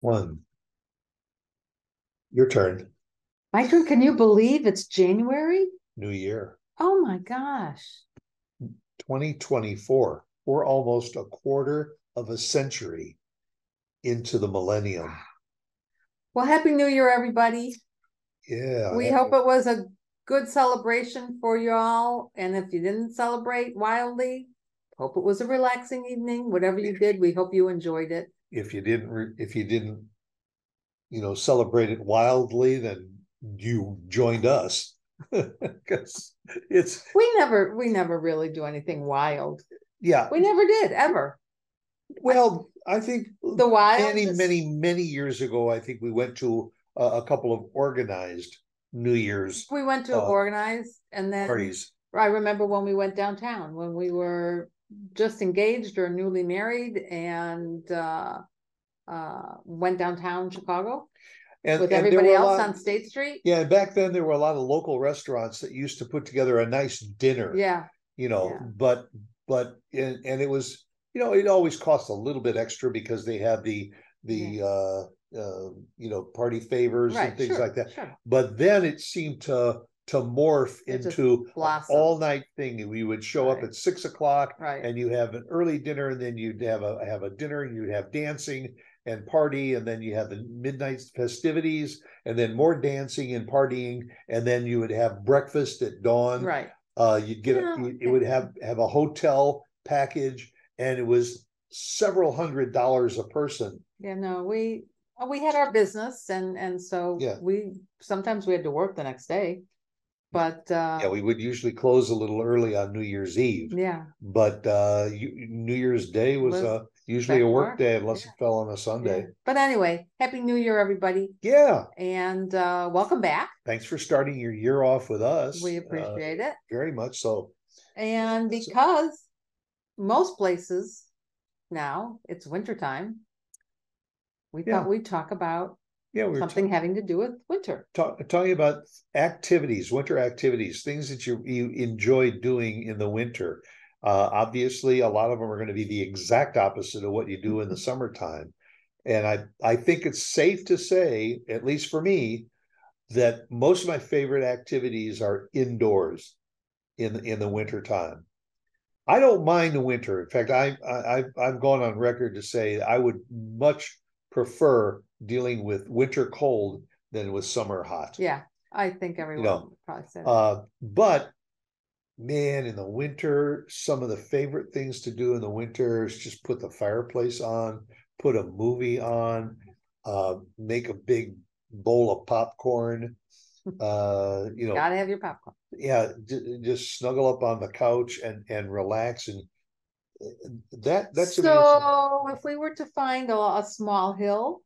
one. Your turn, Michael, can you believe it's January? new year, Oh my gosh. twenty twenty-four. We're almost a quarter of a century into the millennium. Well, Happy New Year, everybody. Oh, Yeah. We hope it was a good celebration for you all. And if you didn't celebrate wildly, hope it was a relaxing evening. Whatever you did, we hope you enjoyed it. If you didn't, re- if you didn't, you know, celebrate it wildly, then you joined us. Because it's, We never, we never really do anything wild. yeah, We never did ever. well, I think The wild. many, many, many years ago, I think we went to a, a couple of organized New Year's We went to uh, organize, and then parties. I remember when we went downtown when we were just engaged or newly married, and uh, uh, went downtown Chicago And, with and there everybody were a else lot- on State Street. Yeah, and back then there were a lot of local restaurants that used to put together a nice dinner. Yeah, you know, Yeah. but but and and it was you know it always cost a little bit extra because they had the the Yeah. uh, uh you know party favors right. and things sure, like that. Sure. But then it seemed to to morph It just into an blossomed. all night thing. We would show up Right. at six o'clock Right. and you have an early dinner and then you'd have a have a dinner and you'd have dancing and party and then you have the midnight festivities and then more dancing and partying and then you would have breakfast at dawn right. uh, you'd get Yeah, a, it- it would have have a hotel package, and it was several hundred dollars a person. Yeah. No, we uh, we had our business, and and so Yeah. we sometimes we had to work the next day, but uh, Yeah, we would usually close a little early on New Year's Eve, yeah, but uh, you, New Year's Day was Was uh, usually a back work work, day unless yeah. it fell on a yeah. Sunday. But anyway, happy New Year, everybody, Yeah. and uh, welcome back. thanks for starting your year off with us. We uh, appreciate it. very much. So And So- because most places now it's wintertime, we Yeah. thought we'd talk about yeah, we were something having to do with winter. ta- ta- talking about activities, winter activities, things that you you enjoy doing in the winter. Uh, obviously, a lot of them are going to be the exact opposite of what you do in Mm-hmm. the summertime, and I I think it's safe to say, at least for me, that most of my favorite activities are indoors, in in the winter time. I don't mind the winter. In fact, I, I I've I've gone on record to say I would much prefer dealing with winter cold than with summer hot. Yeah, I think everyone know, would probably said that. Uh, but man, in the winter, some of the favorite things to do in the winter is just put the fireplace on, put a movie on, uh, make a big bowl of popcorn. Uh, you know, gotta have your popcorn. yeah, j- just snuggle up on the couch and and relax and uh, that that's to me is- so if we were to find a, a small hill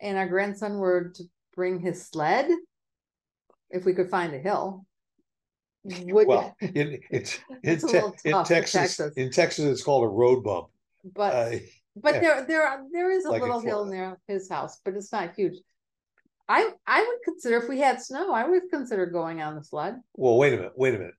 and our grandson were to bring his sled, if we could find a hill, would well in it's in, It's a Te- little in tough in Texas, Texas. in Texas it's called a road bump. but Uh, But Yeah. there, there, are- there is a Like in little hill near his house, but it's not huge. I, I would consider if we had snow, I would consider going on the sled. well, wait a minute, wait a minute.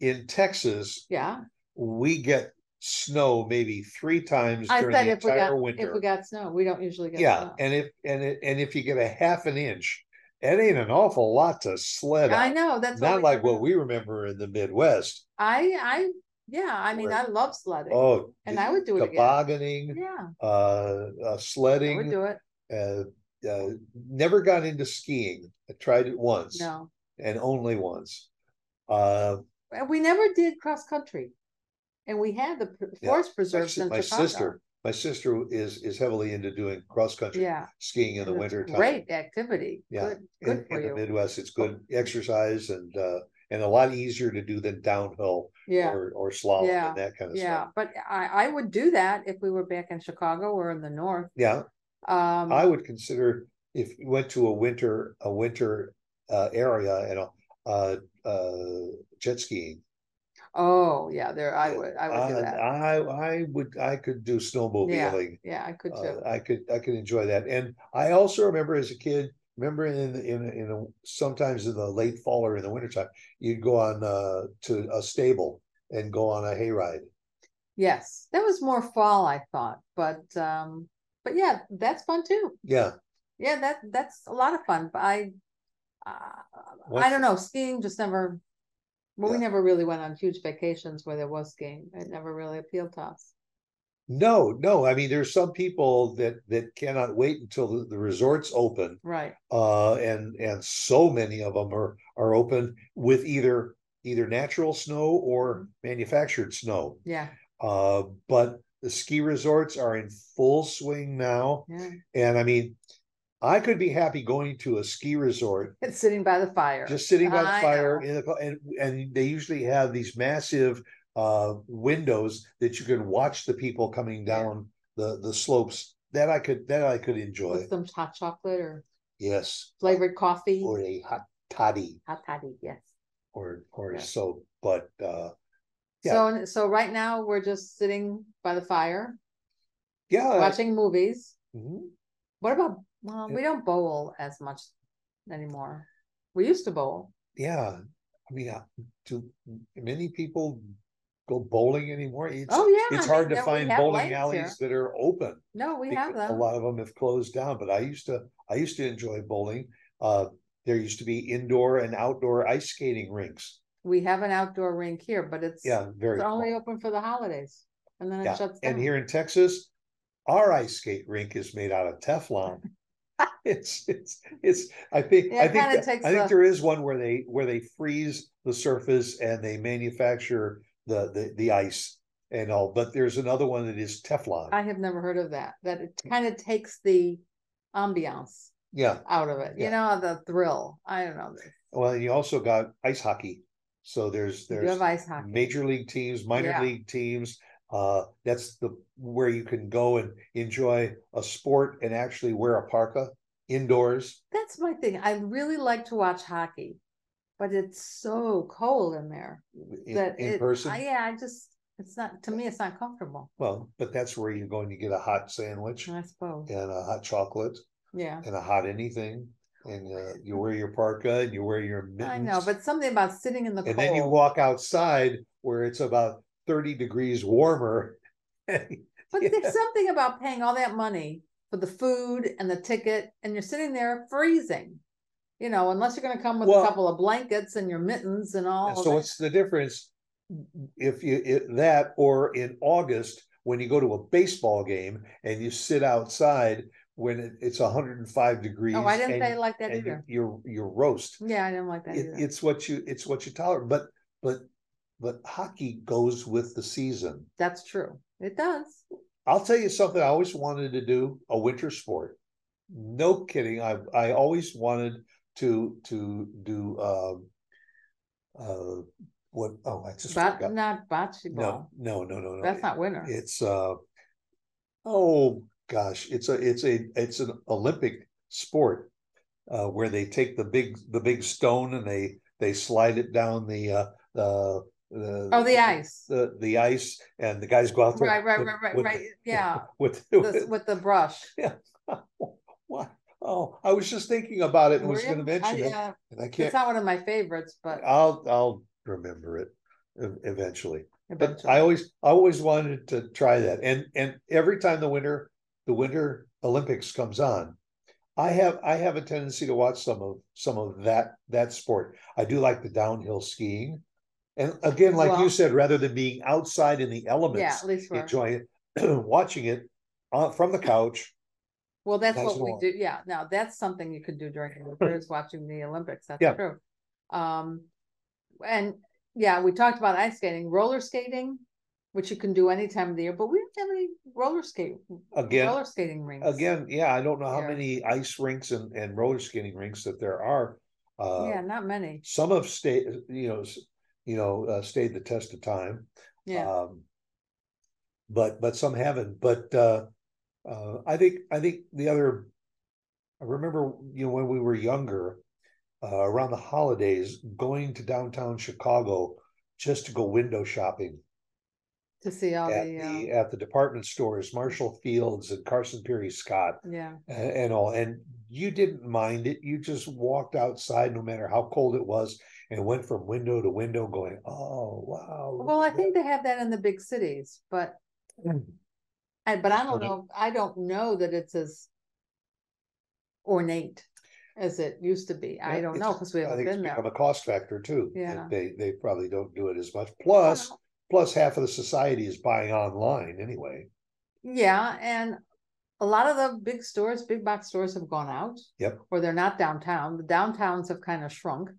In Texas, Yeah, we get snow maybe three times I during said the if we entire got, winter. if we got snow, we don't usually get yeah, snow. and if and it, and if you get a half an inch, it ain't an awful lot to sled. I on. know that's Not we- like what we remember in the Midwest. I, I, yeah, I mean, Where- I love sledding. Oh, And I would do it again. tobogganing, Yeah, uh, uh, I would sledding. do it. Uh, uh, never got into skiing. I tried it once No, and only once. Uh, And we never did cross country, and we had the pr- Yeah. forest my preserves si- in my Chicago. sister, my sister is is heavily into doing cross country Yeah, skiing in the it's winter time. Great activity. Yeah. Good, in, good for in the you. Midwest, it's good exercise and uh, and a lot easier to do than downhill Yeah. or or slalom Yeah. and that kind of Yeah, stuff. but I, I would do that if we were back in Chicago or in the north. Yeah, Um, I would consider if you went to a winter a winter uh, area and uh, uh, jet skiing. oh yeah, there I would I would do uh, that. I I would I could do snowmobiling. Yeah, I could Uh, too. I could I could enjoy that. And I also remember as a kid, remember in in in a, sometimes in the late fall or in the wintertime, you'd go on uh, to a stable and go on a hayride. Yes, that was more fall, I thought, but um, but yeah, that's fun too. Yeah. Yeah, that that's a lot of fun. But I, uh, I What's- don't know. Skiing just never. Well, we Yeah. never really went on huge vacations where there was skiing. It never really appealed to us. No, no. I mean, there's some people that that cannot wait until the, the resorts open, Right. uh, and and so many of them are are open with either either natural snow Mm-hmm. or manufactured snow. Yeah. Uh, but the ski resorts are in full swing now, Yeah. and I mean, I could be happy going to a ski resort It's sitting by the fire. just sitting by I the fire know. in the, and and they usually have these massive uh windows that you can watch the people coming Yeah. down the the slopes that i could that i could enjoy with some hot chocolate or Oh, yes flavored coffee. or a hot toddy hot toddy. Yes. or or Yeah. so but uh Yeah. So so right now we're just sitting by the fire yeah watching movies. mhm. What about? Well, we don't bowl as much anymore. We used to bowl. yeah i mean uh, do many people go bowling anymore it's, Oh, yeah, it's I hard mean, to no, we find have bowling lanes here. alleys that are open No, we have because them. a lot of them have closed down but i used to i used to enjoy bowling uh there used to be indoor and outdoor ice skating rinks We have an outdoor rink here, but it's yeah very it's cool. only open for the holidays, and then it yeah. shuts down. and here in texas our ice skate rink is made out of teflon it's it's it's i think Yeah, i it think kinda that- takes i think a- there is one where they where they freeze the surface and they manufacture the the, the ice and all but there's another one that is teflon I have never heard of that. That it kind of takes the ambiance yeah out of it, you know, the thrill. I don't know. well and you also got ice hockey so there's You there's Mm. have ice hockey. major league teams, minor Yeah. league teams. Uh, that's the where you can go and enjoy a sport and actually wear a parka indoors. That's my thing. I really like to watch hockey, but it's so cold in there In, that in it- person, I, yeah, I just it's not to me. It's not comfortable. well, but that's where you go and you get a hot sandwich I suppose. and a hot chocolate Yeah. and a hot anything, and uh, you wear your parka and you wear your mittens. I know, but something about sitting in the and cold. then you walk outside where it's about thirty degrees warmer. But Yeah. there's something about paying all that money for the food and the ticket, and you're sitting there freezing. You know, unless you're going to come with Well- a couple of blankets and your mittens and all. And of so Oh, that. what's the difference if you it, that or in August when you go to a baseball game and you sit outside when it, it's 105 degrees? oh, I didn't and, say I like that and either. You're you're roast. yeah, I didn't like that It, either. it's what you it's what you tolerate, but but but hockey goes with the season. That's true. It does. I'll tell you something I always wanted to do a winter sport. No kidding. I I always wanted to to do um uh what oh I just But forgot. not bocce No, ball. no, no, no, no. That's not winter. It's uh oh gosh, it's a it's a it's an Olympic sport uh where they take the big the big stone and they they slide it down the uh the the oh, the ice. the the ice and the guys go out there right, right, with- right, right, with- right. yeah. with, This, with the brush. what oh I was just thinking about it and was Were you? going to mention I, it yeah, and I it's can't not one of my favorites, but I'll I'll remember it ev- eventually but eventually. I always I always wanted to try that. And and every time the winter the winter Olympics comes on, I have I have a tendency to watch some of some of that that sport. I do like the downhill skiing. And again, like you Well- said, rather than being outside in the yeah, elements, at least we're enjoy it, watching it uh, from the couch. Well, that's That's what we all. do. Yeah, now that's something you could do during the winter is watching the Olympics. That's Yeah. true. Um, and yeah, we talked about ice skating, roller skating, which you can do any time of the year, but we don't have any roller skate Again, roller skating rinks. again, yeah, I don't know how Yeah. many ice rinks and, and roller skating rinks that there are. Uh, yeah, not many. Some have stayed, you know, s- you know, uh, stayed the test of time. Yeah, Um, but but some haven't. But uh, uh, I think I think the other. I remember you know when we were younger, uh, around the holidays, going to downtown Chicago just to go window shopping to see all at the, uh, the at the department stores, Marshall Fields and Carson Peary Scott uh, yeah, a- and, all. And you didn't mind it. You just walked outside, no matter how cold it was, and went from window to window, going, "Oh wow!" look Well, I at that." think they have that in the big cities, but I, but I don't Mhm. know, I don't know that it's as ornate as it used to be. I Yeah, don't it's- know, because we I haven't think it's been there. become a cost factor too. that Yeah. They, they probably don't do it as much. Plus, plus half of the society is buying online anyway. Yeah, and a lot of the big stores, big box stores have gone out. Yep. Or they're not downtown. The downtowns have kind of shrunk.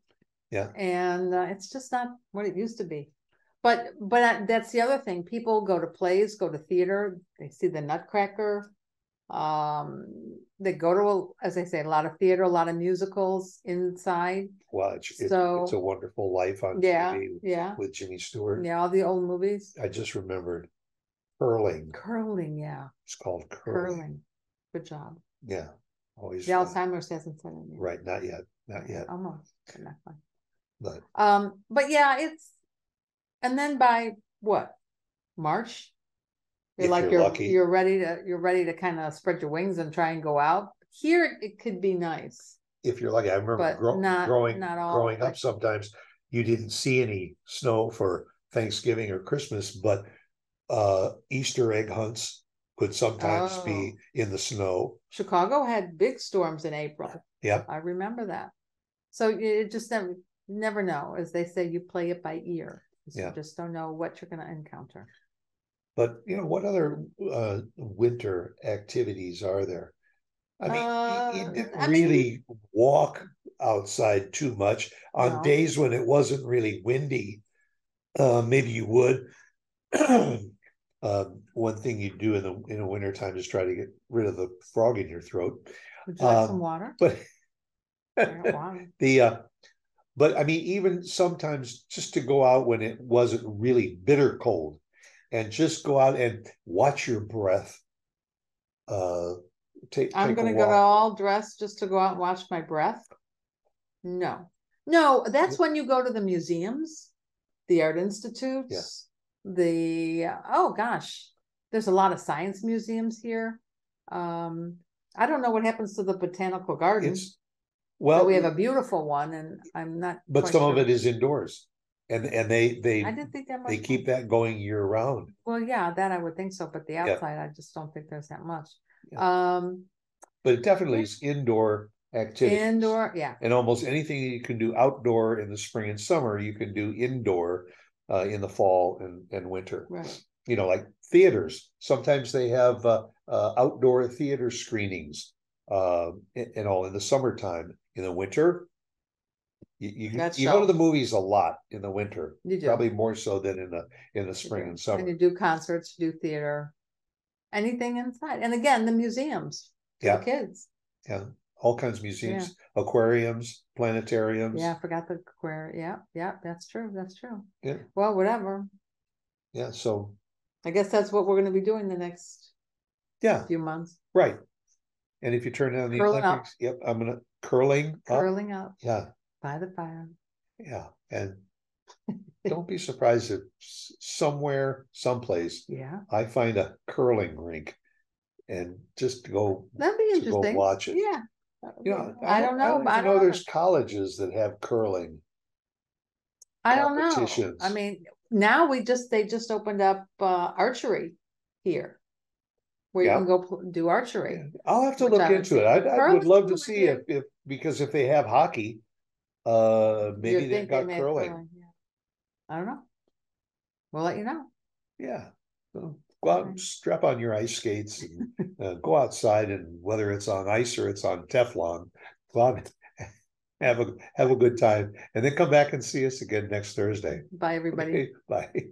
Yeah. And uh, it's just not what it used to be. But but I- that's the other thing. People go to plays, go to theater, they see the Nutcracker. Um, they go to, as I say, a lot of theater, a lot of musicals inside. Watch. It- So- It's a wonderful life on Yeah, TV yeah. with Jimmy Stewart. Yeah, all the old movies. I just remembered curling. Curling, yeah, It's called curling. curling. Good job. Yeah. Always The Alzheimer's hasn't said it yet. right. Not yet. Not yet. Almost. but not quite. But Um, but yeah, it's and then by what March, you're If like you're you're lucky. you're ready to you're ready to kind of spread your wings and try and go out. Here it- it could be nice. if you're lucky, I remember But grow- not- growing not all, growing up. like- Sometimes you didn't see any snow for Thanksgiving or Christmas, but uh, Easter egg hunts could sometimes Oh. be in the snow. Chicago had big storms in April. Yep. I remember that. So you you just never never know, as they say, you play it by ear. So Yeah. You just don't know what you're going to encounter. But you know, what other uh, winter activities are there? I mean, y- Uh, you didn't I mean- really walk outside too much on No. days when it wasn't really windy. Uh, maybe you would. um, one thing you do in the in the wintertime is try to get rid of the frog in your throat. Would you like Um, some water? But I got water. the uh, but I mean, even sometimes just to go out when it wasn't really bitter cold, and just go out and watch your breath. Uh, take. I'm take a gonna walk. go all dressed just to go out and watch my breath. No, no, that's when you go to the museums, the art institutes, the oh gosh, there's a lot of science museums here. Um, I don't know what happens to the botanical garden. It's but well, we have a beautiful one, and I'm not. but quite some of sure. it is indoors, and and they they I didn't think that much. they keep that going year round. Well, yeah, that I would think so, but the Yeah. outside, I just don't think there's that much. Um, But it definitely is indoor activities. indoor, yeah, and almost anything you can do outdoor in the spring and summer, you can do indoor uh, in the fall and, and winter. right. You know, like theaters. Sometimes they have uh, uh, outdoor theater screenings uh, and, and all in the summertime. In the winter, you you, That's you go to so. the movies a lot in the winter, You do. probably more so than in the in the spring do. and summer. And you do concerts, you do theater, anything inside. And again, the museums for yeah, the kids. all kinds of museums, aquariums, planetariums. Yeah, I forgot the aquarium. Yeah, yeah, that's true. That's true. Yeah. Well, whatever. yeah. So I guess that's what we're going to be doing the next yeah, few months. right. And if you turn on the Curling up. Olympics, yep, I'm gonna curling up. Curling up Yeah, by the fire. yeah, and don't be surprised if s- somewhere, someplace, Yeah, I find a curling rink and just go. that'd To be go interesting. watch it. Yeah. You know, I don't know. but I I even know don't know. there's colleges that have curling. I don't know. competitions. I mean, now we just, they just opened up uh, archery here. Where you Yeah. can go pl- do archery. I'll have to Which look I would into think it. I, would I would curling love to would see be- if, if because if they have hockey, uh, You maybe would they've think they got may have curling. curling, uh, yeah. I don't know. We'll let you know. Yeah. So Go out, and Okay. strap on your ice skates, and uh, go outside, and whether it's on ice or it's on Teflon, go out and have a have a good time, and then come back and see us again next Thursday. Bye, everybody. Okay, bye.